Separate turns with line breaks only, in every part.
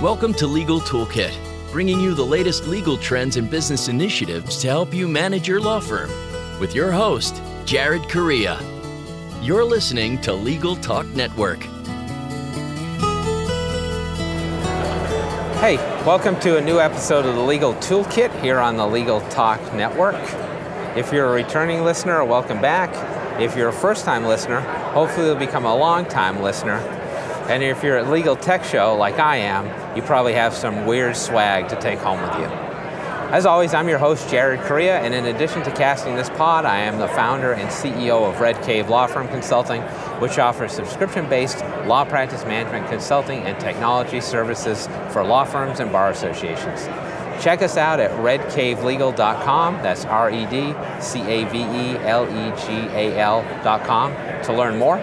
Welcome to Legal Toolkit, bringing you the latest legal trends and business initiatives to help you manage your law firm. With your host, Jared Correa. You're listening to Legal Talk Network.
Hey, welcome to a new episode of the Legal Toolkit here on the Legal Talk Network. If you're a returning listener, welcome back. If you're a first time listener, hopefully you'll become a long time listener. And if you're at Legal Tech Show like I am, you probably have some weird swag to take home with you. As always, I'm your host, Jared Correa, and in addition to casting this pod, I am the founder and CEO of Red Cave Law Firm Consulting, which offers subscription based law practice management consulting and technology services for law firms and bar associations. Check us out at redcavelegal.com, that's R E D C A V E L E G A L.com, to learn more.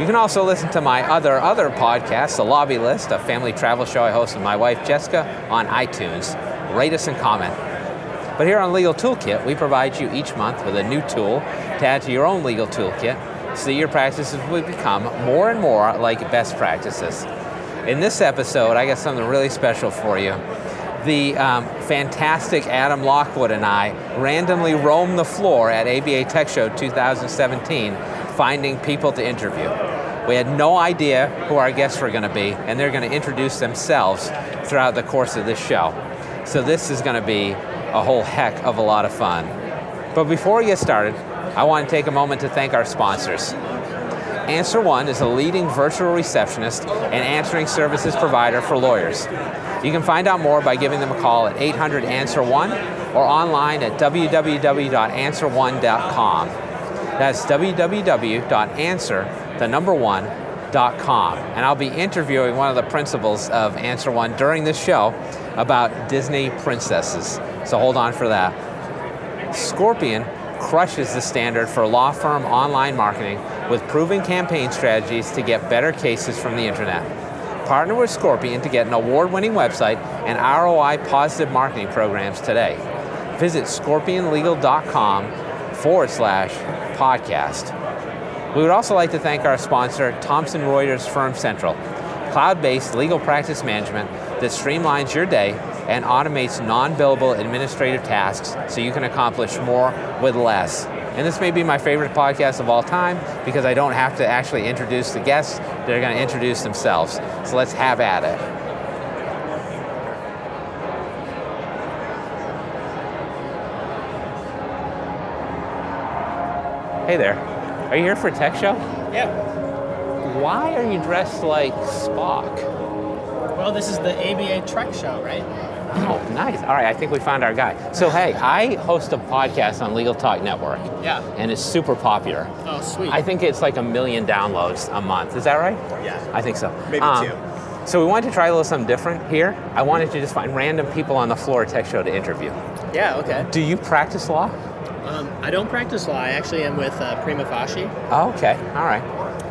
You can also listen to my other other podcast, The Lobby List, a family travel show I host with my wife Jessica on iTunes. Rate us and comment. But here on Legal Toolkit, we provide you each month with a new tool to add to your own legal toolkit so that your practices will become more and more like best practices. In this episode, I got something really special for you. The um, fantastic Adam Lockwood and I randomly roamed the floor at ABA Tech Show 2017, finding people to interview. We had no idea who our guests were going to be, and they're going to introduce themselves throughout the course of this show. So, this is going to be a whole heck of a lot of fun. But before we get started, I want to take a moment to thank our sponsors. Answer One is a leading virtual receptionist and answering services provider for lawyers. You can find out more by giving them a call at 800 Answer E One or online at www.answerone.com. That's www.answer, the number one, dot com. And I'll be interviewing one of the principals of Answer One during this show about Disney princesses. So hold on for that. Scorpion crushes the standard for law firm online marketing with proven campaign strategies to get better cases from the internet. Partner with Scorpion to get an award winning website and ROI positive marketing programs today. Visit scorpionlegal.com forward slash podcast. We would also like to thank our sponsor, Thomson Reuters Firm Central, cloud based legal practice management that streamlines your day and automates non billable administrative tasks so you can accomplish more with less. And this may be my favorite podcast of all time because I don't have to actually introduce the guests, they're going to introduce themselves. So let's have at it. Hey there. Are you here for a tech show?
Yeah.
Why are you dressed like Spock?
Well, this is the ABA Trek Show, right?
Oh, nice. All right, I think we found our guy. So, hey, I host a podcast on Legal Talk Network.
Yeah.
And it's super popular.
Oh, sweet.
I think it's like a million downloads a month. Is that right?
Yeah.
I think so. Um,
Maybe two.
So, we wanted to try a little something different here. I wanted to just find random people on the floor at Tech Show to interview.
yeah. Okay.
Do you practice law?
Um, I don't practice law. I actually am with uh, Prima Facie.
Oh, okay. All right.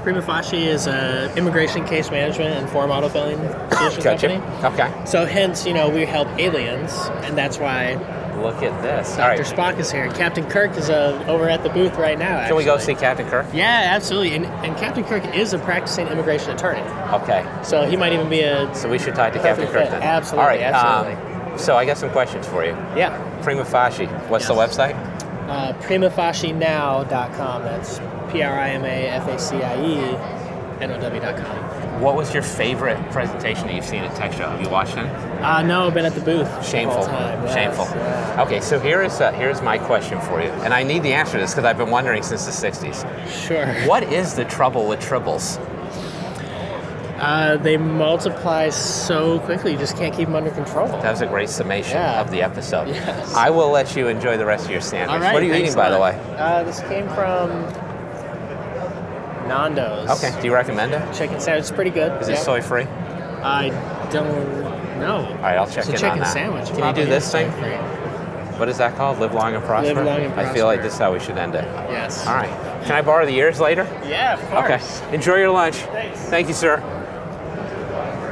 Prima Facie is a immigration case management and form auto filling solution company.
Okay.
So hence, you know, we help aliens, and that's why
Look at this. All right.
Dr. Spock is here. Captain Kirk is uh, over at the booth right now.
Can we go see
actually.
Captain Kirk?
Yeah, absolutely. And, and Captain Kirk is a practicing immigration attorney,
Okay.
so he might even be a
So, we should talk to Captain
Perfect
Kirk
fit.
then.
Absolutely,
All right.
absolutely.
Um, so, I got some questions for you.
yeah.
Prima facie. What's the
Yes.
website?
uh, primafacinow.com. That's P R I M A F A C I E N O W.com.
What was your favorite presentation that you've seen at Tech Show? Have you watched it?
Uh, no, I've been at the booth. the
Shameful.
whole time. Yes,
Shameful.
yeah.
Okay, so here is uh, here's my question for you, and I need the answer to this because I've been wondering since the '60s.
Sure.
What is the trouble with tribbles?
Uh, they multiply so quickly, you just can't keep them under control.
That was a great summation
Yeah.
of the episode.
Yes.
I will let you enjoy the rest of your sandwich.
All right,
what are you
thanks
eating,
a
by the
lot.
way?
Uh, this came from Nando's.
Okay. Do you recommend it?
Chicken sandwich is pretty good.
Is
Yep.
it soy free?
I don't know. All
All right, I'll check
it's a
in on
chicken
that.
sandwich.
Can you
probably
do this
is
thing?
soy-free.
What is that called? Live long and prosper.
long and
I feel like
prosper.
this is how we should end it.
Yes.
All right. Can I borrow the ears later?
Yeah, of
Okay.
course.
Enjoy your lunch.
Thanks.
Thank you, sir.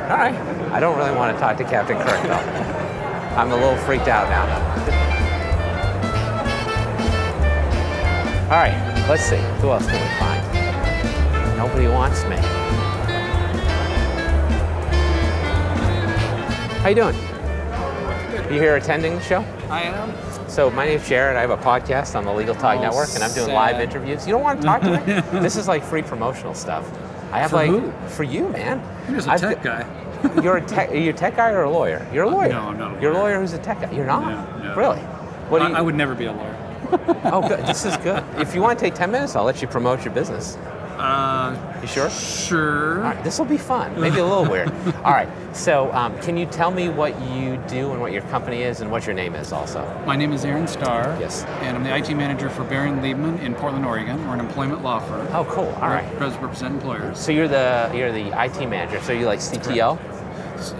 All right. I don't really want to talk to Captain Kirk though. I'm a little freaked out now. All right. Let's see. Who else can we find? Nobody wants me. How you doing? You here attending the show?
I am.
So my name's Jared. I have a podcast on the Legal Talk
Oh,
Network, and I'm doing live
sad.
interviews. You don't want to talk to me? this is like free promotional stuff. I have
For
like
who?
for you, man.
You're just a
I've
tech
got-
guy. Uh,
You're a tech. Are you a tech guy or a lawyer? You're a lawyer.
no, I'm not a
You're a
lawyer.
lawyer who's a tech guy. You're not.
No, no.
Really? What do
I,
you?
I would never be a lawyer.
Oh, good. This is good. If you want to take ten minutes, I'll let you promote your business.
Uh,
You sure?
sure.
All right, this will be fun. Maybe a little weird. All right. So, um, can you tell me what you do and what your company is and what your name is also?
My name is Aaron Starr.
Yes.
And I'm the IT manager for Barron Liebman in Portland, Oregon. We're an employment law firm.
Oh, cool. All right.
Rep- Represent employers.
So you're the you're the IT manager. So you like CTO?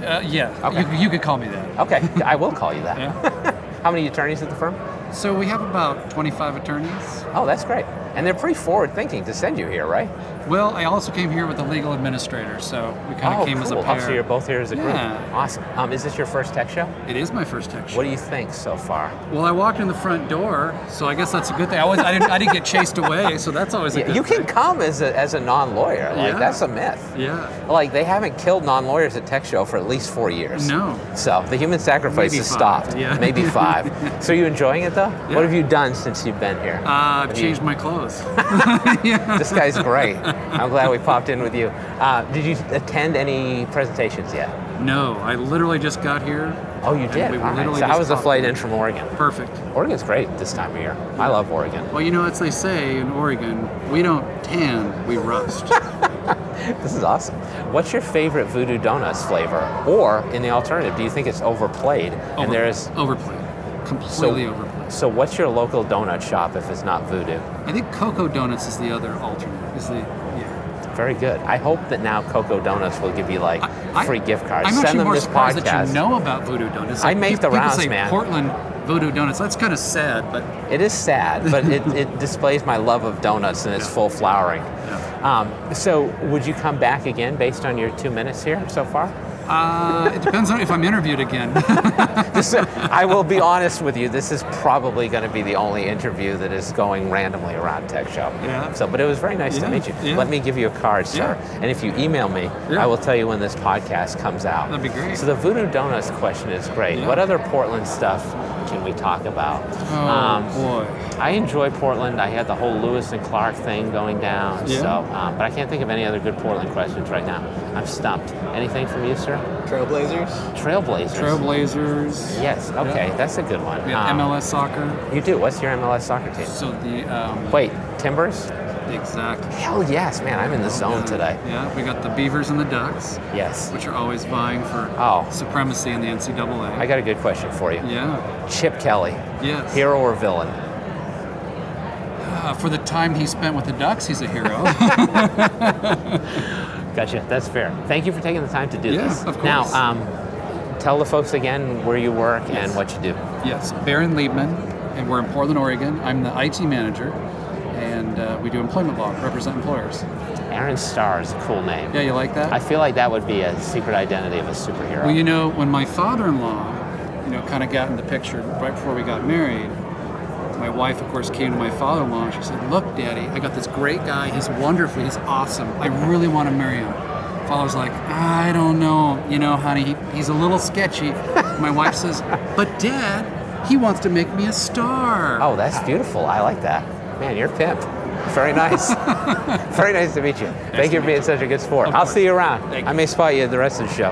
Uh, yeah.
Okay.
You, you could call me that.
Okay, I will call you that. How many attorneys at the firm?
So we have about 25 attorneys.
Oh, that's great. And they're pretty forward thinking to send you here, right?
Well, I also came here with a legal administrator, so we kind of
oh,
came as a
cool.
pair.
Oh, so you're both here as a group.
Yeah.
Awesome. Um, is this your first tech show?
It is my first tech
What
show.
do you think so far?
Well, I walked in the front door, so I guess that's a good thing. I, was, I, didn't, I didn't get chased away, so that's always a
Yeah,
good
you can
thing.
come as a, as a non-lawyer. Like
Yeah.
that's a myth.
Yeah.
Like they haven't killed non-lawyers at tech show for at least four years.
No.
So the human sacrifice
Maybe
has
five,
stopped.
yeah.
Maybe five. so are you enjoying it though?
Yeah.
What have you done since you've been here?
Uh,
Have
I've
you-
changed my clothes. Uh,
This guy's great. I'm glad we popped in with you. Uh, did you attend any presentations yet?
No, I literally just got here.
Oh, you
and
did.
we
All right.
literally
So how
just
was the
popped
flight
in.
in from Oregon?
Perfect.
Oregon's great this time of year. I love Oregon.
Well, you know, as they say in Oregon, we don't tan, we rust.
This is awesome. What's your favorite Voodoo Donuts flavor? Or in the alternative, do you think it's overplayed? and
Over-
there is
overplayed,
so.
completely overplayed.
So what's your local donut shop if it's not Voodoo?
I think Cocoa Donuts is the other alternate. Is the yeah.
Very good. I hope that now Cocoa Donuts will give you like
I-
free gift cards.
I'm actually
Send them
more
this
surprised
podcast.
that you know about Voodoo Donuts.
I make
people,
the rounds,
people say
man.
Portland Voodoo Donuts. That's kind of sad, but
It is sad, but it, it displays my love of donuts in its
Yeah.
full flowering.
Yeah.
Um, so, would you come back again based on your two minutes here so far?
uh, it depends on if I'm interviewed again.
This- I will be honest with you. This is probably going to be the only interview that is going randomly around Tech Show.
Yeah.
So, but it was very nice
Yeah,
to meet you.
yeah.
Let me give you a card, sir.
Yeah.
And if you email me,
Yeah.
I will tell you when this podcast comes out.
That'd be great.
So the Voodoo Donuts question is great.
Yeah.
What other Portland stuff can we talk about? Um,
oh boy.
I enjoy Portland. I had the whole Lewis and Clark thing going down.
Yeah.
So, um, but I can't think of any other good Portland questions right now. I'm stumped. Anything from you, sir?
Trailblazers.
Trailblazers.
Trailblazers.
Yes. Okay, that's a good one.
We have
Um,
MLS soccer.
You do. What's your MLS soccer team?
So the um,
Wait, Timbers?
exactly. Oh,
Hell yes, man. I'm in the zone today.
Yeah, we got the Beavers and the Ducks,
Yes.
which are always vying for
Oh.
supremacy in the NCAA.
I got a good question for you.
yeah,
Chip Kelly,
yes.
hero or villain?
Uh, for the time he spent with the Ducks, he's a hero.
Gotcha. That's fair. Thank you for taking the time to do
Yeah,
this.
of course.
Now, um, tell the folks again where you work and what you do.
yes, Baron Liebman, and we're in Portland, Oregon. I'm the IT manager, and uh, we do employment law, represent employers.
Aaron Starr is a cool name.
Yeah, you like that?
I feel like that would be a secret identity of a superhero.
Well, you know, when my father-in-law, you know, kind of got in the picture right before we got married, my wife, of course, came to my father-in-law and she said, "Look, Daddy, I got this great guy. He's wonderful. He's awesome. I really want to marry him." Father's like, "I don't know, you know, honey. He, he's a little sketchy." my wife says, "But Dad, he wants to make me a star."
oh, that's beautiful. I like that. Man, you're pimp. Very nice. Very nice to meet you. Thank you for being such a good sport.
Of
I'll
course.
see you around.
Thank
I
you.
may spot you at the rest of the show.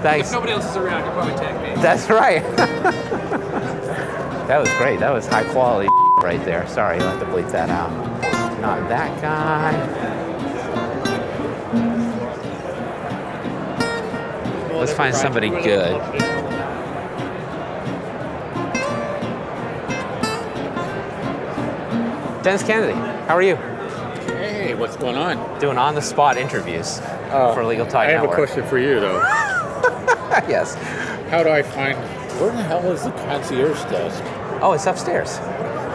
Thanks.
nobody else is around, you probably tag me.
That's right. that was great. That was high quality right there. Sorry, you'll have to bleep that out. Not that guy. Let's find somebody good. Dennis Kennedy, how are you?
Hey, what's going on? Oh,
Doing on the spot interviews for Legal Talk
Uh, I have
Network.
a question for you, though.
yes.
How do I find where the hell is the concierge desk?
Oh, it's upstairs.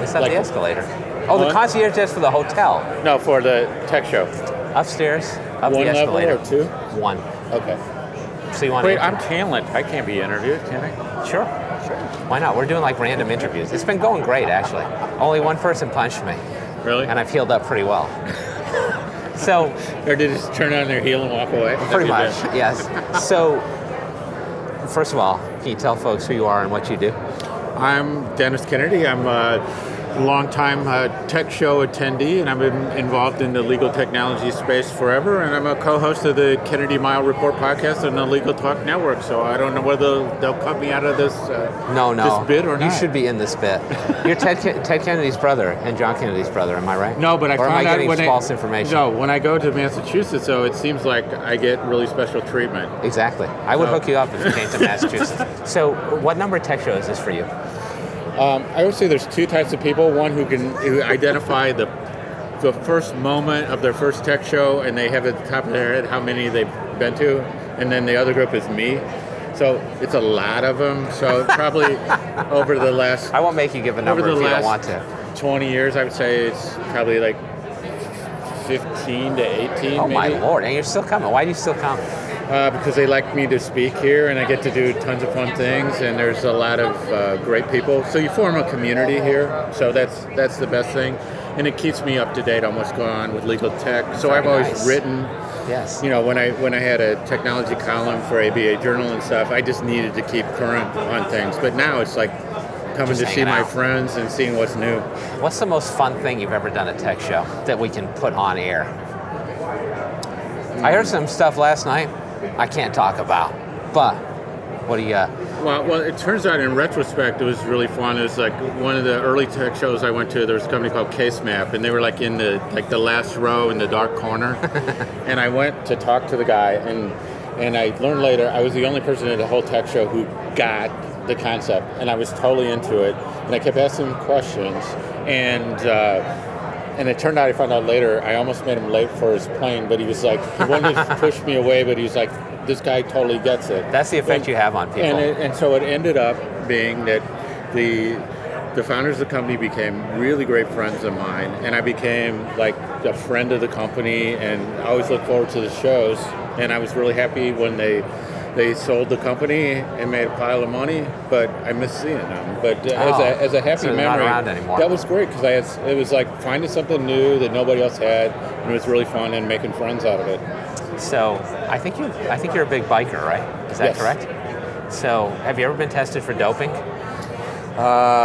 It's up
Like-
the escalator. Oh, the
What?
concierge desk for the hotel.
No, for the tech show.
Upstairs, up
One
the
level
escalator.
or two?
One.
Okay.
So you want
Wait,
to?
I'm Canlent. I can't be interviewed, can I?
Sure. Sure. Why not? We're doing like random interviews. It's been going great, actually. Only one person punched me,
Really?
and I've healed up pretty well. so,
or did they just turn on their heel and walk away?
pretty much,
That'd be
yes. So, First of all, can you tell folks who you are and what you do?
I'm Dennis Kennedy. I'm a longtime uh, tech show attendee, and I've been involved in the legal technology space forever. And I'm a co-host of the Kennedy Mile Report podcast on the Legal Talk Network. So I don't know whether they'll cut me out of this. Uh,
No, no.
This bit or
You
not.
should be in this bit. You're Ted, Ken- Ted Kennedy's brother and John Kennedy's brother, am I right?
No, but I
or am
found
I
out
getting
when
false
I,
information?
No, when I go to Massachusetts, though, it seems like I get really special treatment.
Exactly. I would
No.
hook you up if you came to Massachusetts. so, what number tech show is this for you?
Um, I would say there's two types of people. One who can who identify the the first moment of their first tech show, and they have at the top of their head how many they've been to, and then the other group is me. So it's a lot of them. So probably over the last
I won't make you give a number
over the
if you
last
don't want to.
20 years, I would say it's probably like 15 to 18.
Oh my
maybe.
lord! And you're still coming. Why do you still come?
Uh, because they like me to speak here, and I get to do tons of fun things, and there's a lot of uh, great people. So you form a community here, so that's that's the best thing, and it keeps me up to date on what's going on with legal tech. So I've always
nice.
written,
Yes.
you know, when I when I had a technology column for ABA Journal and stuff, I just needed to keep current on things. But now it's like coming
Just
to see
hanging
my
out.
friends and seeing what's new.
What's the most fun thing you've ever done at Tech Show that we can put on air? I heard some stuff last night I can't talk about, but what do you uh, got?
Well, well, it turns out in retrospect, it was really fun. It was like one of the early tech shows I went to. There was a company called Case Map, and they were like in the like the last row in the dark corner. and I went to talk to the guy, and and I learned later I was the only person at the whole tech show who got the concept, and I was totally into it. And I kept asking him questions, and. Uh, and it turned out I found out later I almost made him late for his plane, but he was like he wanted to push me away, but he was like, "This guy totally gets it."
That's the effect
And-
you have on people.
and, it, and so it ended up being that the the founders of the company became really great friends of mine, and I became like a friend of the company, and I always looked forward to the shows. And I was really happy when they they sold the company and made a pile of money, but I miss seeing them. But uh, as, a,
Oh,
as a happy
so they're not
memory,
around anymore.
that was great because I had, it was like finding something new that nobody else had, and it was really fun and making friends out of it.
so I think you, I think you're a big biker, right? Is that
Yes.
correct? So have you ever been tested for doping? Because
Uh,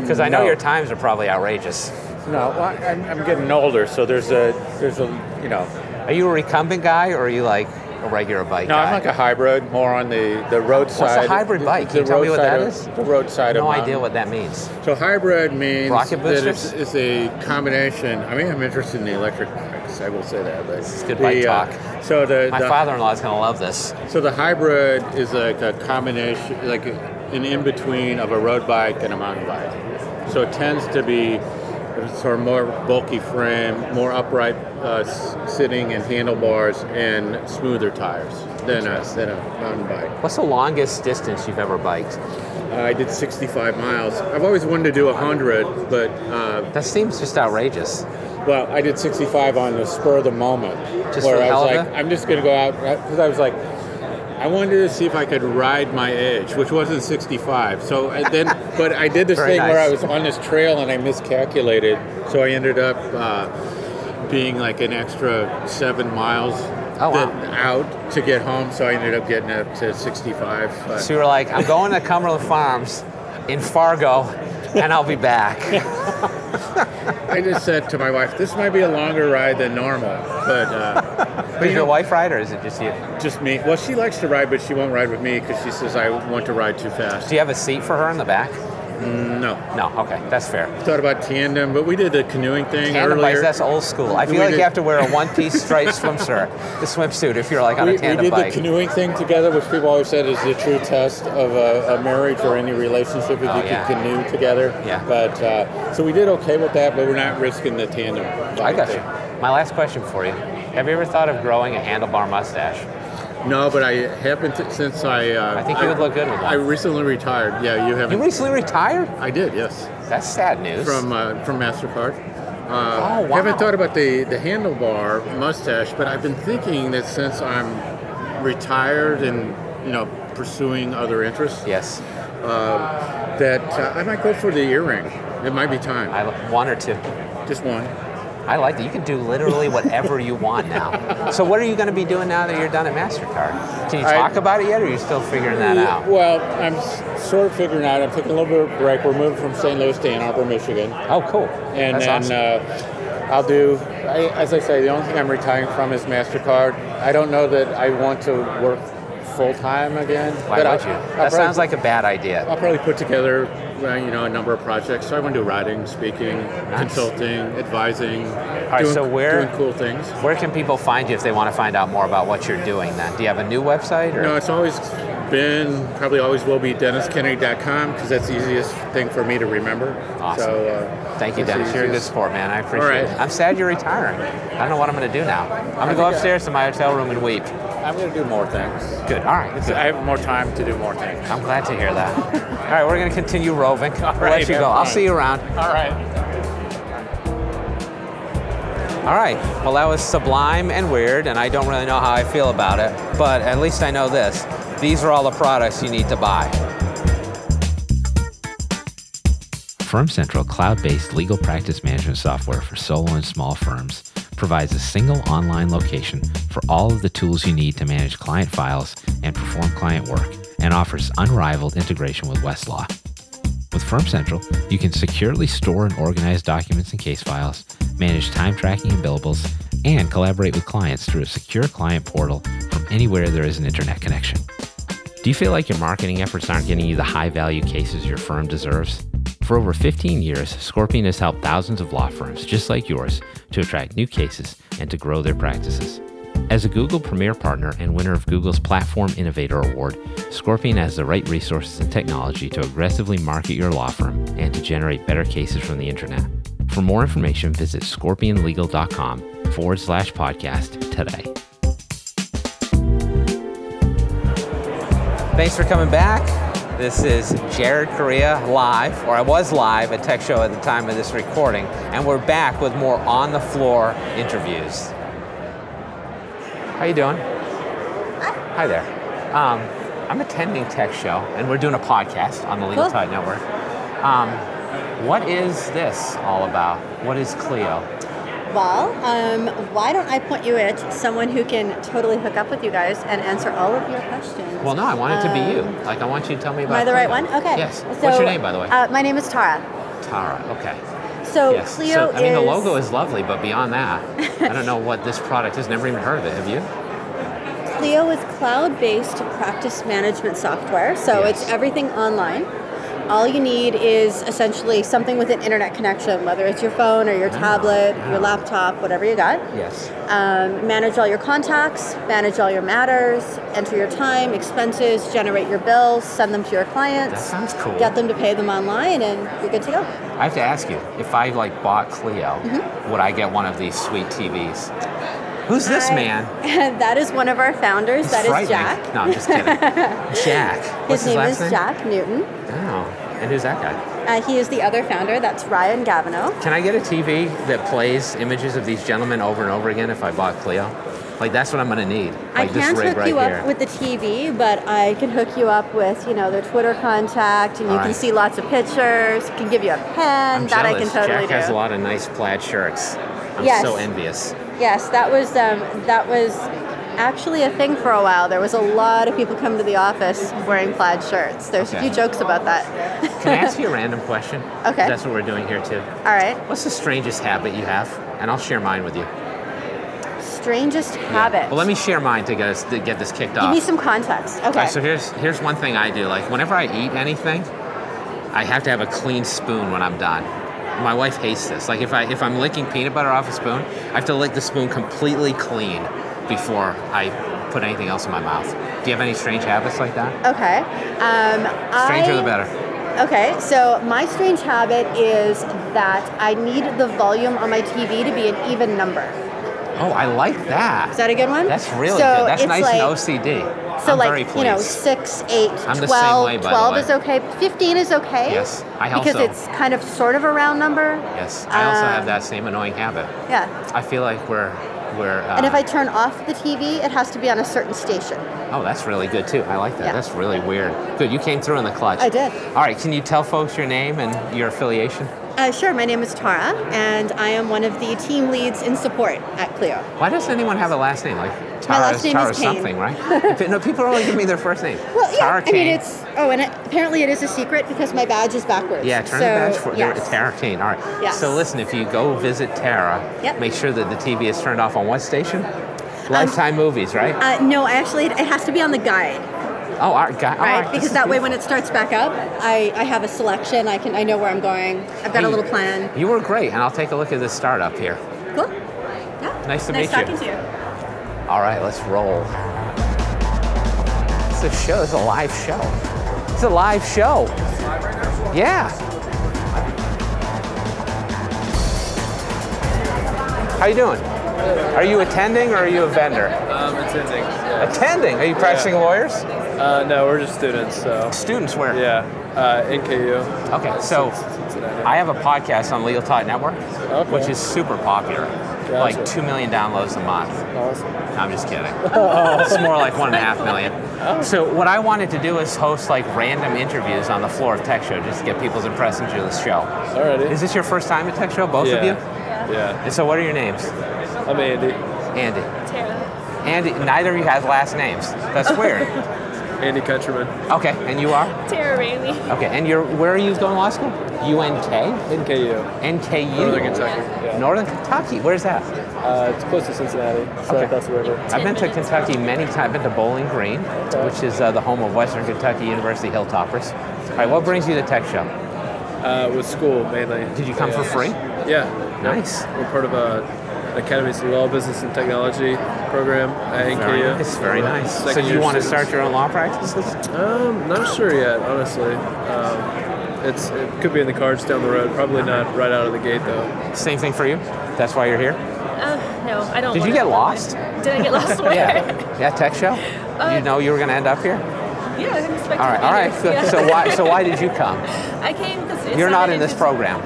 Because
I know your times are probably outrageous.
No, well, I'm, I'm getting older, so there's a there's a you know.
Are you a recumbent guy or are you like a regular bike
No,
guy?
I'm like a hybrid, more on the the roadside.
hybrid bike?
The,
Can you tell me what
roadside
that
of-
is?
The roadside of
no
mountain-
idea what that means.
So hybrid means
Rocket
that it's,
boosters?
it's a combination. I mean, I'm interested in the electric bikes. I will say that. But
is good bike
the, uh,
talk.
so the,
My
the
father-in-law is gonna love this.
so the hybrid is like a combination, like an in between of a road bike and a mountain bike. So it tends to be sort of more bulky frame, more upright uh, s- sitting and handlebars, and smoother tires than a, than a mountain bike.
What's the longest distance you've ever biked?
I did 65 miles. I've always wanted to do 100, but uh,
That seems just outrageous.
Well, I did 65 on the spur of the moment,
Just
where
for
I was
the hell of
like,
it?
I'm just gonna go out because I was like, I wanted to see if I could ride my age, which wasn't 65. So I then, but I did this
Very
thing where
nice.
I was on this trail and I miscalculated, so I ended up uh, being like an extra seven miles.
Oh, wow.
than- out to get home, so I ended up getting up to 65. but-
So you were like, I'm going to Cumberland Farms in Fargo, and I'll be back.
I just said to my wife, "This might be a longer ride than normal," but uh,
Is your wife ride, or is it just you?
Just me. Well, she likes to ride, but she won't ride with me because she says I want to ride too fast.
Do you have a seat for her in the back?
Mm, No.
No. Okay, that's fair.
Thought about tandem, but we did the canoeing thing
Tandem bikes,
earlier.
that's old school. I feel
We
like you
did-
have to wear a one-piece striped swimsuit, the swimsuit, if you're like on
we,
a
we
tandem
did
bike.
the canoeing thing together, which people always said is the true test of a, a marriage or any relationship if
Oh,
you
yeah.
can canoe together.
Yeah.
But uh, so we did okay with that, but we're not risking the tandem.
I
bike
got
thing.
you. My last question for you: Have you ever thought of growing a handlebar mustache?
No, but I haven't t- since I. Uh,
I think you would look good with
I
one.
recently retired. Yeah, you haven't.
You recently retired?
I did. Yes.
That's sad news.
from uh, from Mastercard. Uh,
Oh, wow.
Haven't thought about the the handlebar mustache, but I've been thinking that since I'm retired and you know pursuing other interests, uh,
yes,
that uh, I might go for the earring. It might be time.
I one or two.
Just one.
I like that. You can do literally whatever you want now. So what are you going to be doing now that you're done at Mastercard? Can you
I-
talk about it yet, or are you still figuring that
Yeah,
out?
Mm, Well, I'm s- sort of figuring out. I'm taking a little bit of a break. We're moving from St. Louis to Ann Arbor, Michigan,
Oh, cool.
and
That's
then
awesome.
uh, I'll do. I, as I say, the only thing I'm retiring from is Mastercard. I don't know that I want to work full time again. but
Why would
I'll-
you? That
I'll probably-
sounds like a bad idea.
I'll probably put together, uh, you know, a number of projects. So I want to do writing, speaking, consulting, advising,
right,
doing,
so where-
doing cool things.
Where can people find you if they want to find out more about what you're doing then? Do you have a new website? Or?
No, it's always been, probably always will be DennisKennedy.com because that's the easiest thing for me to remember.
Awesome.
So, uh,
Thank you,
that's
Dennis.
the
You're a good
easiest.
sport, man. I appreciate
All right. uh,
it. I'm sad you're retiring. I don't know what I'm going to do now. I'm going to go upstairs to my hotel room and weep.
I'm going to do more things.
Good. All right.
It's, I have more time to do more things.
I'm glad to hear that. All right, we're going to continue roving. I'll
right,
let you
man,
go. I'll
fine.
see you around.
All right.
All right. Well, that was sublime and weird, and I don't really know how I feel about it, but at least I know this. These are all the products you need to buy.
Firm Central cloud based legal practice management software for solo and small firms provides a single online location for all of the tools you need to manage client files and perform client work and offers unrivaled integration with Westlaw. With Firm Central, you can securely store and organize documents and case files, manage time tracking and billables, and collaborate with clients through a secure client portal from anywhere there is an internet connection. Do you feel like your marketing efforts aren't getting you the high value cases your firm deserves? For over 15 years, Scorpion has helped thousands of law firms just like yours to attract new cases and to grow their practices. As a Google Premier Partner and winner of Google's Platform Innovator Award, Scorpion has the right resources and technology to aggressively market your law firm and to generate better cases from the internet. For more information, visit scorpionlegal.com forward slash podcast today.
Thanks for coming back. This is Jared Correa live, or I was live at Tech Show at the time of this recording, and we're back with more on the floor interviews. How you doing? Hi there. Um, I'm attending Tech Show, and we're doing a podcast on the Legal
Cool.
Tide Network. Um, what is this all about? What is Clio?
Well, um, why don't I point you at someone who can totally hook up with you guys and answer all of your questions?
Well, no, I want it to be you.
Um,
Like, I want you to tell me
Am
about.
I the right
Clio.
one? Okay.
Yes.
So,
What's your name, by the way?
Uh, my name is Tara.
Tara. Okay.
So
Yes.
Clio
so, I mean, the
is-
logo is lovely, but beyond that, I don't know what this product is. Never even heard of it. Have you?
Clio is cloud-based practice management software, so
Yes.
it's everything online. All you need is essentially something with an internet connection, whether it's your phone or your
Ah,
tablet,
yeah.
your laptop, whatever you got.
Yes.
Um, manage all your contacts, manage all your matters, enter your time, expenses, generate your bills, send them to your
That
clients,
sounds cool.
get them to pay them online, and you're good to go.
I have to ask you, if I like bought Clio,
Mm-hmm.
would I get one of these sweet TVs? Who's this
I-
man?
that is one of our founders.
He's
That is
frightening.
Jack.
No, I'm just kidding. Jack. What's
his name
last
is Jack Newton.
Oh, and who's that guy?
Uh, he is the other founder. That's Ryan Gavino.
Can I get a TV that plays images of these gentlemen over and over again if I bought Clio? Like that's what I'm gonna need.
I
Like this
can't
rig
hook
right
you
here.
up with the TV, but I can hook you up with you know their Twitter contact, and you
All
can
right.
see lots of pictures. Can give you a pen.
I'm
that I can
jealous.
totally
Jack has
do.
a lot of nice plaid shirts. I'm
Yes.
so envious.
Yes, that was um, that was actually a thing for a while. There was a lot of people come to the office wearing plaid shirts. There's a
Okay.
few jokes about that.
Can I ask you a random question?
Okay.
That's what we're doing here too.
All right,
What's the strangest habit you have? And I'll share mine with you.
strangest habit.
Well, let me share mine to get us to get this kicked
give
off.
me some context. Okay.
All right, so here's here's one thing I do. Like whenever I eat anything, I have to have a clean spoon when I'm done. My wife hates this. Like if I if I'm licking peanut butter off a spoon, I have to lick the spoon completely clean before I put anything else in my mouth. Do you have any strange habits like that?
okay. Um,
Stranger
I,
the better.
Okay, so my strange habit is that I need the volume on my TV to be an even number.
Oh, I like that.
Is that a good one?
That's really
So
good. That's
it's
nice
like-
and OCD.
So
I'm
like
very pleased.
you know six, eight,
I'm the same
12,
way, by the
12
way.
is okay. Fifteen is okay.
Yes, I
because
also-
it's kind of sort of a round number.
yes, I also have
um,
that same annoying habit.
Yeah.
I feel like we're we're. Uh,
And if I turn off the TV, it has to be on a certain station.
oh, that's really good too. I like that.
Yeah.
That's really weird. Good, you came through in the clutch.
I did.
All right, can you tell folks your name and your affiliation?
Uh, sure, my name is Tara, and I am one of the team leads in support at Clio.
Why does anyone have a last name like Tara?
last name is
Tara
Kane.
something, right? Pe- no, people only give me their first name.
Well, yeah,
Tara
I mean,
Kane.
it's, oh, and it, apparently it is a secret because my badge is backwards.
Yeah, turn
so,
the badge for there-
yes.
Tara Kane. All right.
Yes.
So listen, if you go visit Tara,
Yep. Um,
make sure that the TV is turned off on what station? Lifetime Movies, right?
Uh, no, actually, it it has to be on the guide,
oh, all right, got, all
right?
right, this
because
is
that way, when
beautiful.
it starts back up, I, I have a selection. I can I know where I'm going. I've got
Hey,
a little plan.
You were great, and I'll take a look at this startup here.
Cool. Yeah.
Nice to
nice
meet you.
talking to you.
All right, let's roll. It's a show. It's a live show. It's a live show. Yeah. How you doing? Are you attending or are you a vendor?
Um, attending.
Attending. Are you practicing lawyers?
Uh, no, we're just students, so.
Students where?
Yeah, uh, NKU.
Okay, so
Cincinnati.
I have a podcast on Legal Talk Network,
Okay.
which is super popular. Like
Gotcha.
two million downloads a month.
Awesome.
No, I'm just kidding. it's more like one and a half
Oh.
million. So what I wanted to do is host like random interviews on the floor of Tech Show just to get people's impressions of the show.
Alrighty.
Is this your first time at Tech Show, both
yeah.
of you?
Yeah.
And so what are your names?
I'm Andy.
Andy. Tara. Andy, neither of you has last names. That's weird.
Andy Countryman.
okay, and you are?
Tara Rayleigh.
Okay, and you're where are you going to law school? UNK?
NKU.
NKU?
Northern Kentucky. Yeah.
Northern Kentucky. Where's that?
Uh, it's close to Cincinnati. It's
Okay.
right across the river.
I've been to
minutes.
Kentucky many times. I've been to Bowling Green, which is uh, the home of Western Kentucky University Hilltoppers. All right, what brings you to Tech Show?
Uh, with school mainly.
Did you come for
Yeah.
free?
Yeah.
Nice.
We're part of a an Academies of Law, Business, and Technology program at
Very
NKU.
nice. Very nice. So,
Second
do you
year
want to
students.
start your own law practices?
Um, not sure yet, honestly. Um, it's it could be in the cards down the road. Probably not right out of the gate though.
Same thing for you. That's why you're here.
Uh, no, I don't.
Did you
wanna-
get lost?
Did I get lost? Where?
Yeah. Yeah. Tech Show.
Uh,
you know you were going to end up here.
yeah. I didn't expect
All
to
right.
be
All right.
here.
So,
Yeah.
so why? So why did you come?
I came because
You're not in this program.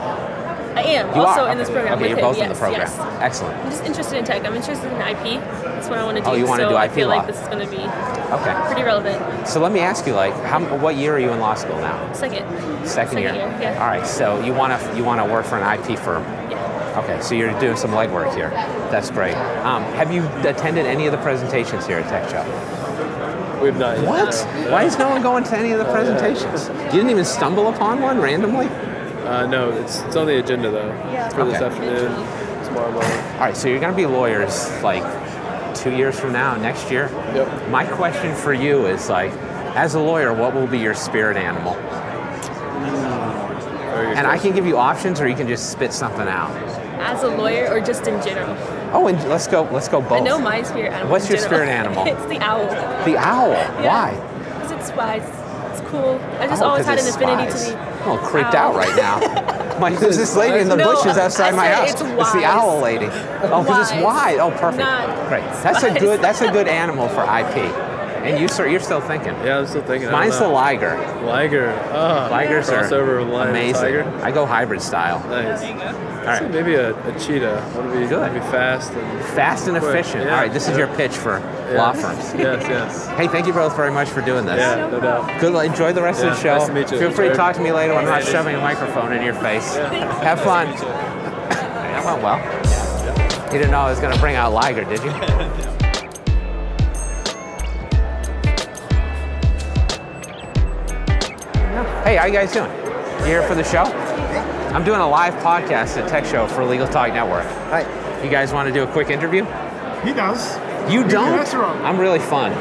I am
You
also
are
in this
Okay.
program.
Okay,
with
you're
him.
both in the
Yes,
program.
yes.
Excellent.
I'm just interested in tech. I'm interested in IP. That's what I want to do.
Oh, you wanna
so
do
I
IP
feel
law.
like this is going to be
Okay.
pretty relevant.
So let me ask you, like, how, what year are you in law school now?
Second. Second,
Second year.
yeah.
All right. So you want to you want to work for an IP firm.
Yeah.
Okay, so you're doing some legwork here. That's great. Um, have you attended any of the presentations here at Tech Show?
We've not yet. no.
Why is no one going to any of the presentations? You didn't even stumble upon one randomly?
Uh, no, it's it's on the agenda though.
Yeah.
For this
Okay.
afternoon, tomorrow morning.
All right, so you're going to be lawyers like two years from now, next year.
Yep.
My question for you is like, as a lawyer, what will be your spirit animal?
Hmm. Very good
And I
question.
can give you options, or you can just spit something out.
As a lawyer or just in general?
Oh, and let's go. Let's go both.
I know my spirit animal.
What's
in
your
general.
spirit animal?
it's the owl.
The owl. Why?
Because it's wise. It's cool. I just
Oh,
always
'cause
had an
it's
affinity
spies.
to the.
I'm all creeped out
owl.
right now. My, there's this lady in the
No,
bushes outside
I
my
said
house.
it's
the
wise.
owl lady. Oh, because it's
Wise,
wide. Oh, perfect.
not
Great. That's a
spies.
good. That's a good animal for IP. And you, sir, you're still thinking.
Yeah, I'm still thinking. I don't
Mine's the
know.
liger.
Liger. Oh,
Ligers
crossover
are
with lion and
amazing.
tiger.
I go hybrid style.
Nice.
All right.
Maybe a, a cheetah. That'll be
Good.
that'd be fast and
Fast and
Quick,
efficient.
yeah,
All right. This is
yeah.
your pitch for
Yeah.
law firms.
Yes, yes.
Hey, thank you both very much for doing this.
Yeah, no doubt.
Good. luck. Enjoy the rest of the
Yeah,
show.
nice to meet you.
Feel free to
Enjoy.
talk to me later when I'm not
Yeah, it is.
shoving a microphone in your face. Have fun. that went well. You didn't know I was going to bring out Liger, did you? Hey, how you guys doing? You here for the show? I'm doing a live podcast at Tech Show for Legal Talk Network.
Hi.
You guys want to do a quick interview?
He does.
You don't?
that's wrong.
I'm really fun.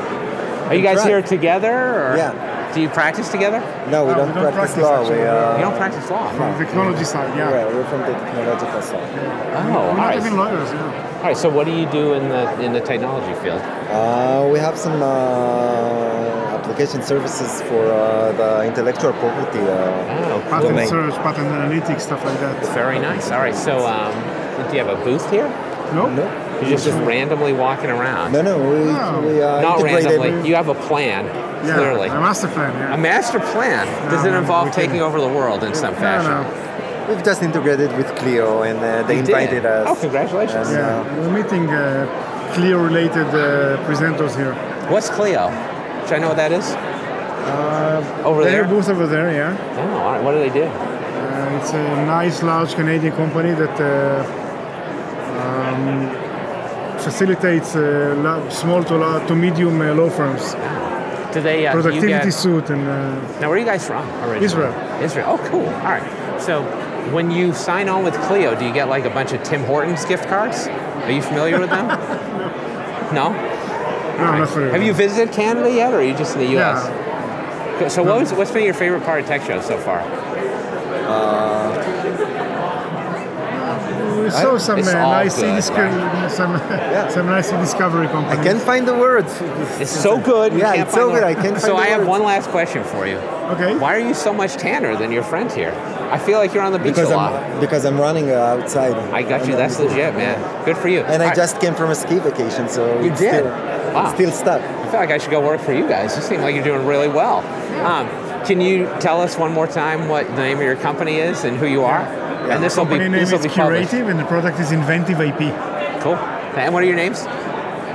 Are you guys
Right.
here together? Or
Yeah.
Do you practice together?
No, we
No,
don't,
Oh, we don't
practice,
practice,
law.
actually.
We uh,
You
are
don't practice law.
From the technology side, yeah.
right, we're from the technological side.
Oh,
We're
all
not
right.
even lawyers, yeah.
all right. So, what do you do in the in the technology field?
Uh, we have some uh, application services for uh, the intellectual property. Uh,
Oh,
Patent
cool.
Domain.
search, patent analytics, stuff like that.
Very nice. All right. So, um, do you have a booth here?
No?
no,
You're just randomly walking around.
no, no, we,
No.
we are
Not
integrated.
randomly. You have a plan,
Yeah,
clearly.
a master plan, yeah.
A master plan. Does
No,
it
no,
involve
we can-
taking over the world in some
No,
fashion?
no.
We've just integrated with Clio, and uh, they
You did.
invited us.
Oh, congratulations.
And,
Yeah,
uh,
we're meeting uh, Clio-related uh, presenters here.
What's Clio? Should I know what that is?
Uh,
Over
they
there?
have booth over there, yeah.
Oh, all right. What do they do?
Uh, Uh, it's a nice, large Canadian company that uh, um, facilitates uh, la- small to, la- to medium uh, law firms.
Ah. Do they, uh, you
Productivity
get-
suit and uh,
Now, where are you guys from originally?
Israel.
Israel. Oh, cool. All right. So, when you sign on with Clio, do you get like a bunch of Tim Hortons gift cards? Are you familiar with them? no.
no,
All right.
not familiar.
Have you visited Canada yet, or are you just in the
Yeah.
U.S.? Okay, So, what was, what's been your favorite part of Tech Show so far?
Uh,
we saw some uh,
It's all
nice
good,
e-disco- some, some nice discovery company.
I can't find the words.
It's so good. we
Yeah,
can't
it's so
find the-
good. I can't
So
find the
I have
words.
one last question for you.
Okay.
Why are you so much tanner than your friend here? I feel like you're on the beach
Because
a lot.
I'm, because I'm running uh, outside. uh,
I got you. That's legit, man. Good for you.
And I
All right.
just came from a ski vacation, so
You
it's
did?
Still,
Wow.
it's still stuck.
I feel like I should go work for you guys. You seem like you're doing really well. Um, can you tell us one more time what the name of your company is and who you are? And this will be
company name
this
is
will be published.
Curative, and the product is Inventive IP.
Cool. And what are your names?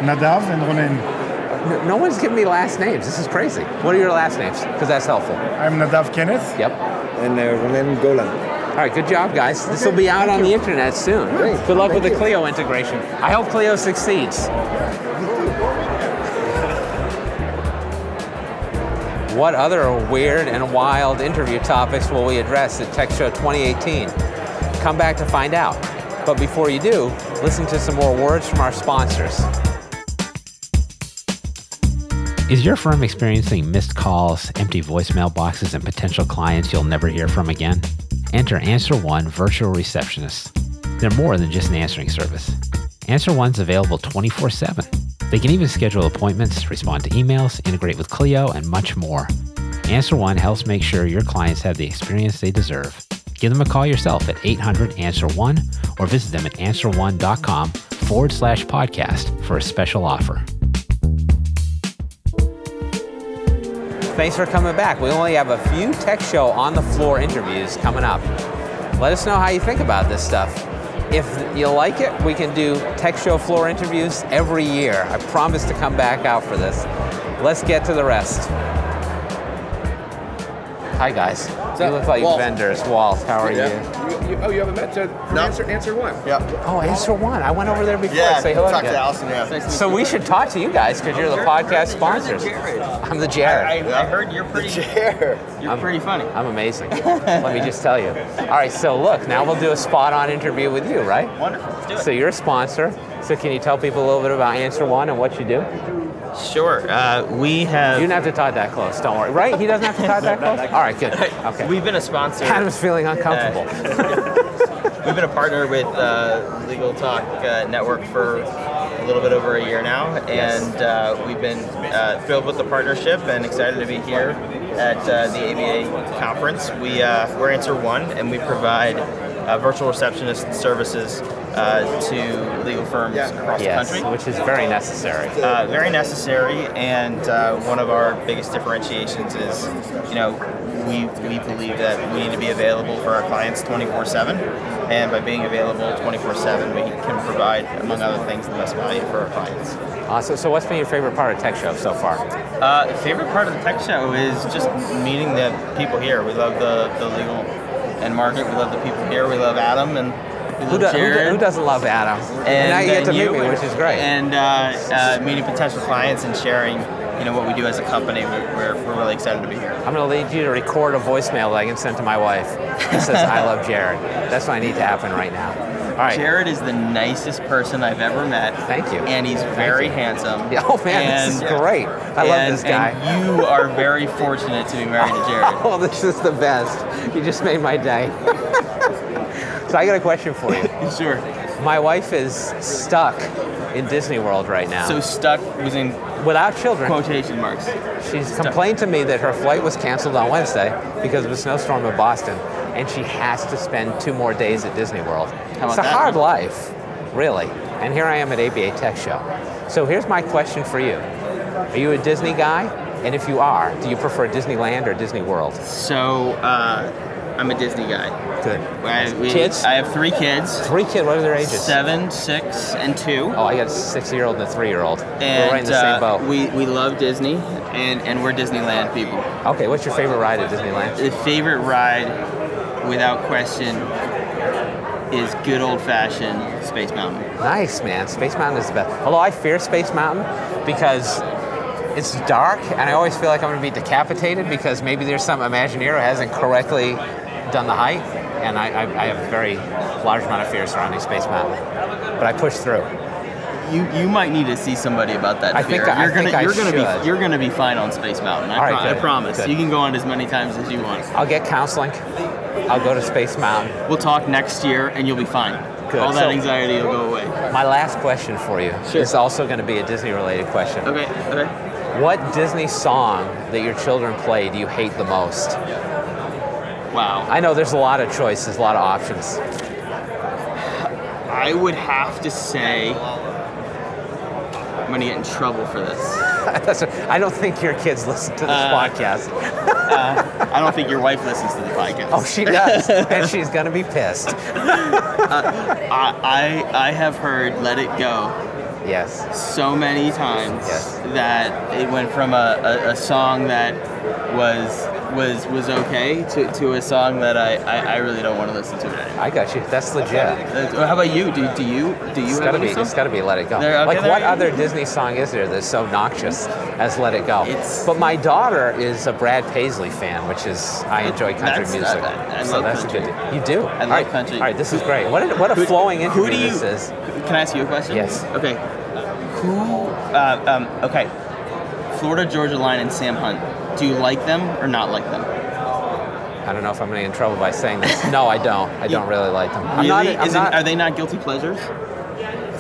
Nadav and Ronen.
No, no one's giving me last names. This is crazy. What are your last names? Because that's helpful.
I'm Nadav Kenneth.
Yep.
And uh, Ronen Golan.
All right. Good job, guys. This will be out on the internet soon.
Great.
Good luck with the
Thank
Clio integration. I hope Clio succeeds. What other weird and wild interview topics will we address at Tech Show 2018? Come back to find out. But before you do, listen to some more words from our sponsors.
Is your firm experiencing missed calls, empty voicemail boxes, and potential clients you'll never hear from again? Enter Answer One Virtual Receptionists. They're more than just an answering service. Answer One's available 24 7. They can even schedule appointments, respond to emails, integrate with Clio, and much more. Answer One helps make sure your clients have the experience they deserve. Give them a call yourself at 800 Answer One or visit them at answerone.com forward slash podcast for a special offer.
Thanks for coming back. We only have a few Tech Show on the floor interviews coming up. Let us know how you think about this stuff. If you like it, we can do Tech Show floor interviews every year. I promise to come back out for this. Let's get to the rest. Hi, guys. You look like
Walt.
vendors. Walt, how are you?
You, you, oh, you haven't met? So from answer, answer one.
Yeah. Oh, answer one. I went over there before.
Yeah,
and say hello
talk
you.
to Allison, yeah. Nice to
So
meet
we
you.
should talk to you guys because you're the podcast sponsors. I'm the Jared.
I, I heard you're pretty. You're pretty funny.
I'm amazing. Let me just tell you. All right, so look, now we'll do a spot on interview with you, right?
Wonderful. Let's do it.
So you're a sponsor. So can you tell people a little bit about Answer One and what you do?
Sure. Uh, we have.
You don't have to talk that close. Don't worry. Right? He doesn't have to talk that close. All right, good. Okay.
We've been a sponsor.
Adam's feeling uncomfortable.
We've been a partner with uh, Legal Talk uh, Network for a little bit over a year now, and uh, we've been uh, thrilled with the partnership and excited to be here at uh, the ABA conference. We uh, we're Answer One, and we provide uh, virtual receptionist services uh, to legal firms across
Yes,
the country.
which is very necessary.
Uh, very necessary, and uh, one of our biggest differentiations is, you know, we, we believe that we need to be available for our clients 24/7, and by being available 24/7, we can provide, among other things, the best value for our clients.
Awesome. So what's been your favorite part of Tech Show so far?
Uh, favorite part of the tech show is just meeting the people here. We love the, the legal and market. We love the people here. We love Adam and. we
Who,
love
do- who, do-
Jared.
who doesn't love Adam? And, now you get to
then
meet me, which is great.
And uh, uh, meeting potential clients and sharing, you know, what we do as a company. We're, we're really excited to be here.
I'm going to need you to record a voicemail that I can send to my wife that says, I love Jared. That's what I need to happen right now. All right.
Jared is the nicest person I've ever met.
Thank you.
And he's very handsome.
Yeah, Oh man, this
And-
is great. I love
and-
this guy.
And you are very fortunate to be married to Jared.
Oh, this is the best. You just made my day. so I got a question for you.
sure.
My wife is stuck in Disney World right now.
So stuck was in
without children,
quotation marks.
she's complained to me that her flight was canceled on Wednesday because of a snowstorm in Boston, and she has to spend two more days at Disney World.
about
it's a
that,
hard
huh?
life, really. And here I am at ABA Tech Show. So here's my question for you: Are you a Disney guy? And if you are, do you prefer Disneyland or Disney World?
So uh, I'm a Disney guy.
Good.
I, we-
Kids?
I have three kids.
Three kids. What are their ages?
Seven, six, and two.
Oh, I got a six-year-old and a three-year-old.
and
We're right in the
uh,
same boat.
We, we love Disney, and, and we're Disneyland people.
okay, what's your favorite ride at Disneyland?
The favorite ride without question, is good old fashioned Space Mountain.
Nice, man. Space Mountain is the best. Although I fear Space Mountain because it's dark and I always feel like I'm going to be decapitated because maybe there's some Imagineer who hasn't correctly done the height. And I, I, I have a very large amount of fear surrounding Space Mountain. But I pushed through.
You, you might need to see somebody about that
I
fear.
think I- I
you're gonna
think I
you're gonna
should.
be you're gonna be fine on Space Mountain. I,
All right,
pro- I
good,
promise.
good.
You can go on as many times as you want.
I'll get counseling. I'll go to Space Mountain.
We'll talk next year, and you'll be fine.
Good.
All that
So-
anxiety will go away.
My last question for you
Sure.
is also going to be a Disney related question.
Okay. Okay.
What Disney song that your children play do you hate the most?
Wow.
I know there's a lot of choices, a lot of options.
I would have to say I'm gonna get in trouble for this.
That's a, I don't think your kids listen to this
Uh,
podcast.
Uh, I don't think your wife listens to the podcast.
Oh, she does, and she's gonna be pissed.
I, I I have heard "Let It Go."
Yes.
So many times that it went from a, a, a song that was was was okay to, to a song that I, I, I really don't want to listen to anymore.
I got you. That's legit.
That's- Uh, How about you? Do, do you do you
It's
have
gotta
any
be.
song?
It's gotta be "Let It Go."
There- okay,
like,
there
what
you-
other Disney song is there that's so noxious as "Let It Go"? but my daughter is a Brad Paisley fan, which is I enjoy country
That's-
music,
I- I- I
so
love
that's a
country.
good. You do.
I love
All right.
country.
All right, this is great. What a, what a
Who-
flowing interview
who do you,
this is.
Can I ask you a question?
Yes.
Okay. Who? Uh, um, okay. Florida Georgia Line and Sam Hunt. Do you like them or not like them?
I don't know if I'm gonna get in trouble by saying this. No, I don't. I don't really like them. I'm
really?
not. I'm
Isn't-
not
are they not guilty pleasures?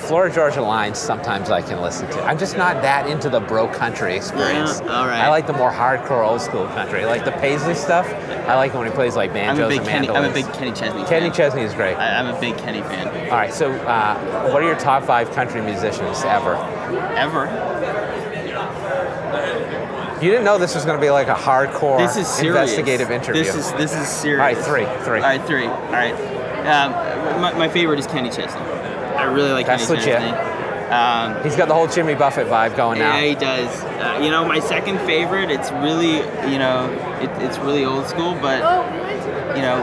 Florida Georgia Line. Sometimes I can listen to. I'm just not that into the bro country experience.
Yeah, all right.
I like the more hardcore old school country, like the Paisley stuff. I like it when he plays like
I'm
banjos
a big
and
Kenny.
mandolins.
I'm a big Kenny Chesney.
Kenny
fan.
Chesney is great.
I, I'm a big Kenny fan.
All right, so uh, what are your top five country musicians ever?
Ever.
You didn't know this was going to be like a hardcore
This is serious.
investigative interview.
This is this is serious.
All right, three, three.
All right, three. All right. Um, my, my favorite is Kenny Chesney. I really like
That's
Kenny
legit.
Chesney. Um,
He's got the whole Jimmy Buffett vibe going now.
Yeah, he does. Uh, you know, my second favorite. It's really, you know, it, it's really old school, but you know,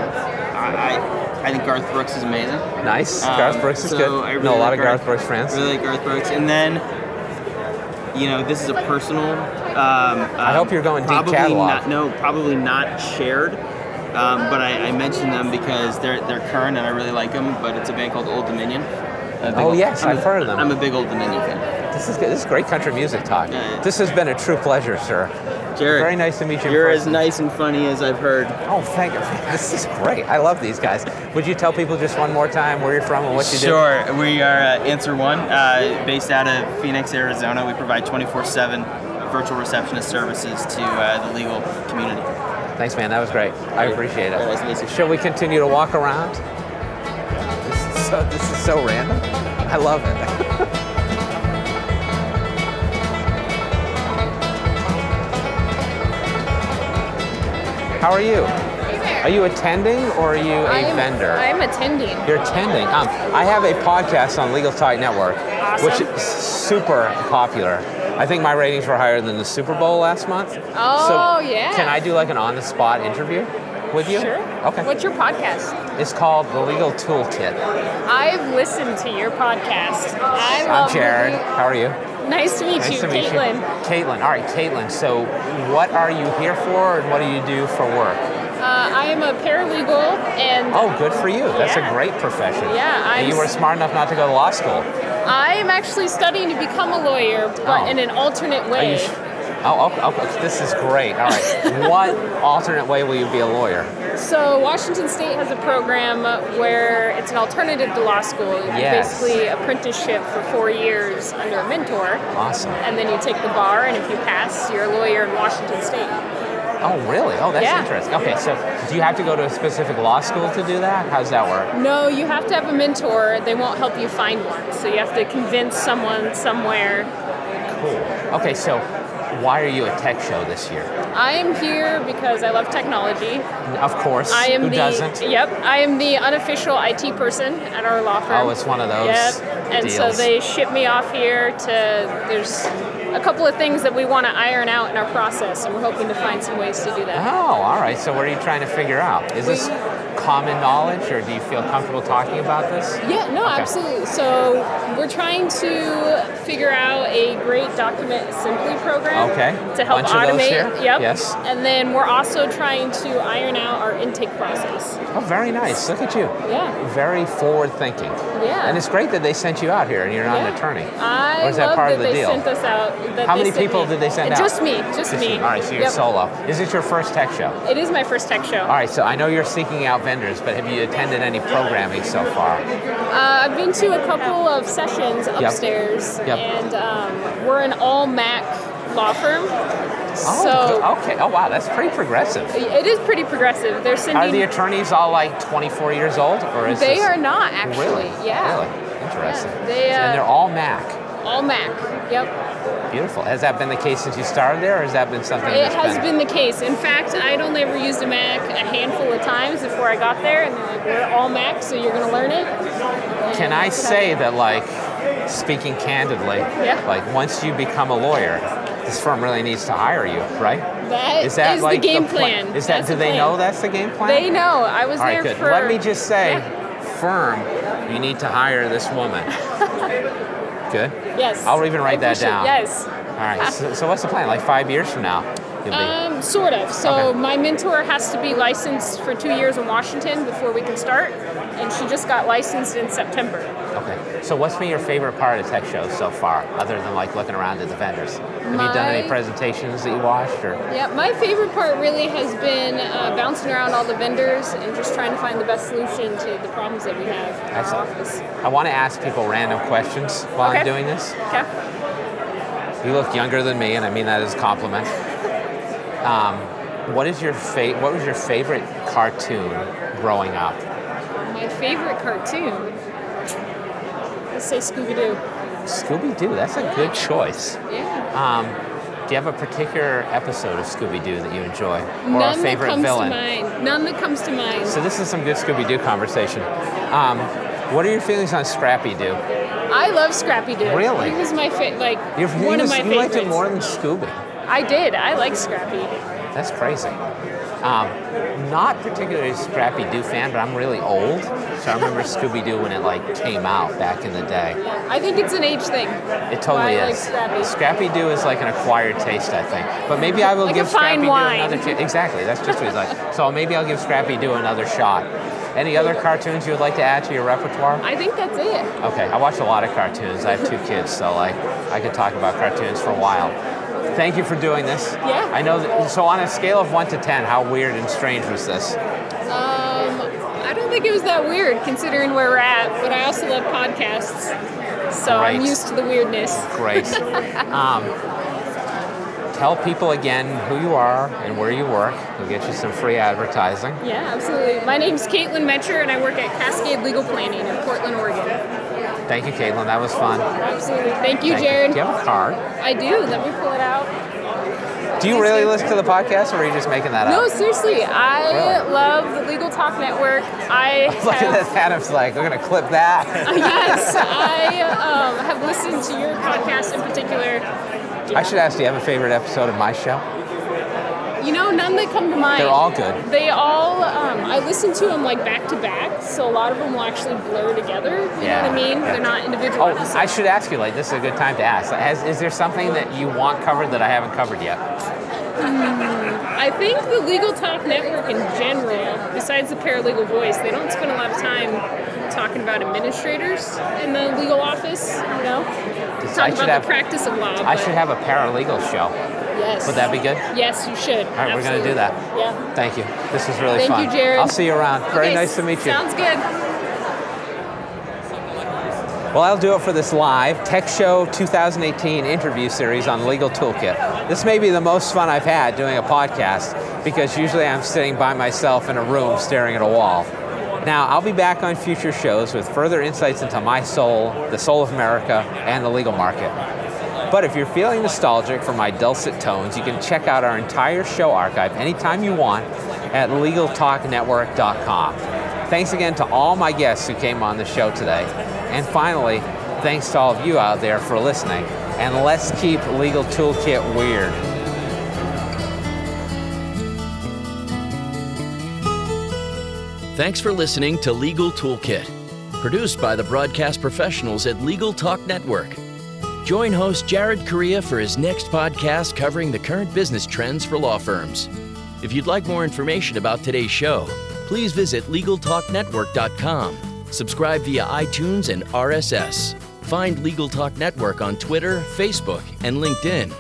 I, I, I think Garth Brooks is amazing. Um,
Nice. Garth Brooks is
so
good.
I
Know a
really
lot
like
of Garth Brooks fans.
Really like Garth Brooks, and then, you know, this is a personal. Um,
I hope you're going deep
probably
catalog.
Not, no, probably not shared. Um, but I, I mentioned them because they're they're current and I really like them. But it's a band called Old Dominion. A big
Oh, yes,
I'm
I've
a-
heard of them.
I'm a big Old Dominion fan.
This is good. This is great country music talk. This has been a true pleasure, sir.
Jared,
Very nice to meet you. in
You're as
person.
nice and funny as I've heard.
Oh, thank you. This is great. I love these guys. Would you tell people just one more time where you're from and what you
sure. We are uh, Answer One, uh, based out of Phoenix, Arizona. We provide 24 7 virtual receptionist services to uh, the legal community.
do? Thanks, man. That was great. I appreciate it.
Very nice to meet you.
Shall we continue to walk around? This is so, this is so random. I love it. How are you? Are you attending or are you a
I'm,
vendor?
I'm attending.
You're attending. Um, I have a podcast on Legal Talk Network, which is super popular. I think my ratings were higher than the Super Bowl last month.
Oh, yeah.
Can I do like an on the spot interview with you?
Sure.
Okay.
What's your podcast?
It's called The Legal Toolkit.
I've listened to your podcast. I love
I'm Jared.
the-
How are you?
Nice to meet
nice
you,
to meet
Caitlin.
you. Caitlin. All right, Caitlin. So, what are you here for and what do you do for work?
Uh, I am a paralegal, and
Oh, good for you. That's
Yeah.
a great profession.
Yeah,
And
I'm
you were
s-
smart enough not to go to law school.
I am actually studying to become a lawyer, but
Oh.
in an alternate way.
Are you sh- oh, okay, okay, this is great. All right. what alternate way will you be a lawyer?
So Washington State has a program where it's an alternative to law school. It's
Yes.
basically apprenticeship for four years under a mentor.
Awesome.
And then you take the bar, and if you pass, you're a lawyer in Washington State.
Oh, really? Oh, that's
Yeah.
interesting. Okay, so do you have to go to a specific law school to do that? How does that work?
No, you have to have a mentor. They won't help you find one. So you have to convince someone somewhere.
Cool. Okay, so why are you at Tech Show this year?
I am here because I love technology.
Of course.
I am
Who
the
doesn't?
yep. I am the unofficial IT person at our law firm.
Oh, it's one of those
Yep. And so
deals.
they ship me off here to. There's a couple of things that we want to iron out in our process, and we're hoping to find some ways to do
Oh,
that.
all right. So what are you trying to figure out? Is this common knowledge, or do you feel comfortable talking about this?
Yeah, no,
Okay.
absolutely. So we're trying to figure out a great document assembly program
Okay.
to help
Bunch of
automate.
those here?
Yep.
Yes.
And then we're also trying to iron out our intake process.
Oh, very nice. Look at you.
Yeah.
Very forward thinking.
Yeah.
And it's great that they sent you out here and you're not an
Yeah.
attorney.
I
or is that
love
part
that
of the
they
deal?
sent us out. that
How
they
many
sent
people
me.
did they send out?
Just me. Just me.
you. All right, so you're
Yep.
solo. Is it your first tech show?
It is my first tech show.
All right, so I know you're seeking out vendors, but have you attended any programming so far?
Uh, I've been to a couple of sessions upstairs,
Yep.
and um, we're an all Mac law firm. so
Oh, okay. Oh, wow, that's pretty progressive.
it is pretty progressive. They're sending.
Are the attorneys all like 24 years old, or is
they
this-
are not actually.
Really?
Yeah.
Really? Interesting.
They, uh,
and they're all Mac.
All Mac. Yep.
Beautiful. Has that been the case since you started there, or has that been something?
It
that's
has been the case. In fact, I'd only ever used a Mac a handful of times before I got there, and they're like, "We're all Mac, so you're gonna learn it." And
Can I
that's how-
say that, like, speaking candidly,
Yeah.
like once you become a lawyer, this firm really needs to hire you, right?
That
Is that
is
like
the game
pla-
plan.
Is that
That's
do
the
they
plan.
know that's the game plan?
They know. I was
All right,
there
good.
for.
Let me just say,
Yeah.
firm, you need to hire this woman. good.
Yes.
I'll even write
I
that
appreciate-
down.
Yes.
All right. So, so what's the plan? Like five years from now, you'll be.
Um, sort of. So
Okay.
my mentor has to be licensed for two years in Washington before we can start, and she just got licensed in September.
okay. So what's been your favorite part of the tech show so far, other than like looking around at the vendors? Have you done any
My-
presentations that you watched or?
Yeah, my favorite part really has been uh, bouncing around all the vendors and just trying to find the best solution to the problems that we have in our
Excellent.
office.
I want to ask people random questions while
Okay.
I'm doing this.
Okay.
You look younger than me, and I mean that as a compliment. Um, what is your fa- What was your favorite cartoon growing up?
My favorite cartoon. Let's say Scooby Doo.
Scooby Doo. That's a good choice.
Yeah.
Um, do you have a particular episode of Scooby Doo that you enjoy, or
None
a favorite
that comes
villain?
to mind. None that comes to mind.
So this is some good Scooby Doo conversation. Um, what are your feelings on Scrappy Doo?
I love Scrappy Doo.
Really?
He was my fa- like
You're,
one
you
of my
you
favorites.
liked it more than Scooby.
I did. I like Scrappy.
That's crazy. Um, not particularly a Scrappy Doo fan, but I'm really old, so I remember Scooby Doo when it like came out back in the day.
I think it's an age thing.
It totally
Why I like
is.
Scrappy.
Doo is like an acquired taste, I think. But maybe I will
Like a
give
fine
Scrappy
wine.
Doo another chance. Exactly, that's just what he's like. So maybe I'll give Scrappy Doo another shot. Any other cartoons you would like to add to your repertoire?
I think that's it.
Okay, I watch a lot of cartoons. I have two kids, so like I could talk about cartoons for a while. Thank you for doing this.
Yeah.
I know. That, so on a scale of one to ten, how weird and strange was this?
Um, I don't think it was that weird considering where we're at, but I also love podcasts, so I'm
Great.
used to the weirdness.
Great. Um, tell people again who you are and where you work. We'll get you some free advertising.
yeah, absolutely. My name's Caitlin Metcher, and I work at Cascade Legal Planning in Portland, Oregon.
Thank you, Caitlin. That was fun.
Absolutely. Thank you, Jared.
Do you have a card?
I do. Let me pull it out.
Do you really listen to the podcast, or are you just making that
No,
up?
seriously, I
Really?
love the Legal Talk Network. I
Look at
have Oh,
this. Adam's like, we're gonna clip that.
yes, I um, have listened to your podcast in particular.
I should ask, do you have a favorite episode of my show?
You know, none that come to mind.
They're all good.
They all. Um, I listen to them like back to back, so a lot of them will actually blur together. You know what I mean?
yeah.
They're not individual.
Oh, I should ask you. Like, this is a good time to ask. Has, is there something that you want covered that I haven't covered yet?
Hmm. I think the Legal Talk Network in general, besides the paralegal voice, they don't spend a lot of time talking about administrators in the legal office. You know,
It's-
talk
I should
about
have-
the practice of law.
I
but-
should have a paralegal show.
Yes.
Would that be good?
Yes, you should.
All right, we're gonna do that.
Yeah.
Thank you. This was really
Thank
fun.
you, Jared.
I'll see you around. Very
Okay,
nice to meet you.
Sounds good.
Well, I'll do it for this live Tech Show 2018 interview series on Legal Toolkit. This may be the most fun I've had doing a podcast because usually I'm sitting by myself in a room staring at a wall. Now, I'll be back on future shows with further insights into my soul, the soul of America, and the legal market. But if you're feeling nostalgic for my dulcet tones, you can check out our entire show archive anytime you want at LegalTalkNetwork.com. Thanks again to all my guests who came on the show today. And finally, thanks to all of you out there for listening. And let's keep Legal Toolkit weird.
Thanks for listening to Legal Toolkit, produced by the broadcast professionals at Legal Talk Network. Join host Jared Correa for his next podcast covering the current business trends for law firms. If you'd like more information about today's show, please visit LegalTalkNetwork.com. Subscribe via iTunes and RSS. Find Legal Talk Network on Twitter, Facebook, and LinkedIn,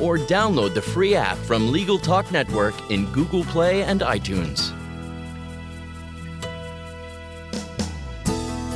or download the free app from Legal Talk Network in Google Play and iTunes.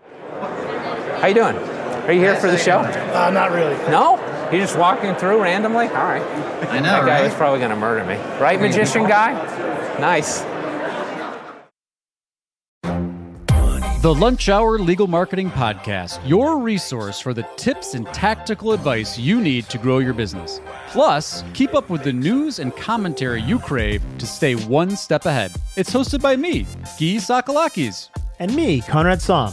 How you doing? Are you here for the show?
Uh, not really.
No? You're just walking through randomly? All right.
I know,
That guy
right?
is probably going to murder me. Right, magician guy? Nice.
The Lunch Hour Legal Marketing Podcast, your resource for the tips and tactical advice you need to grow your business. Plus, keep up with the news and commentary you crave to stay one step ahead. It's hosted by me, Guy Sakalakis.
And me, Conrad Som.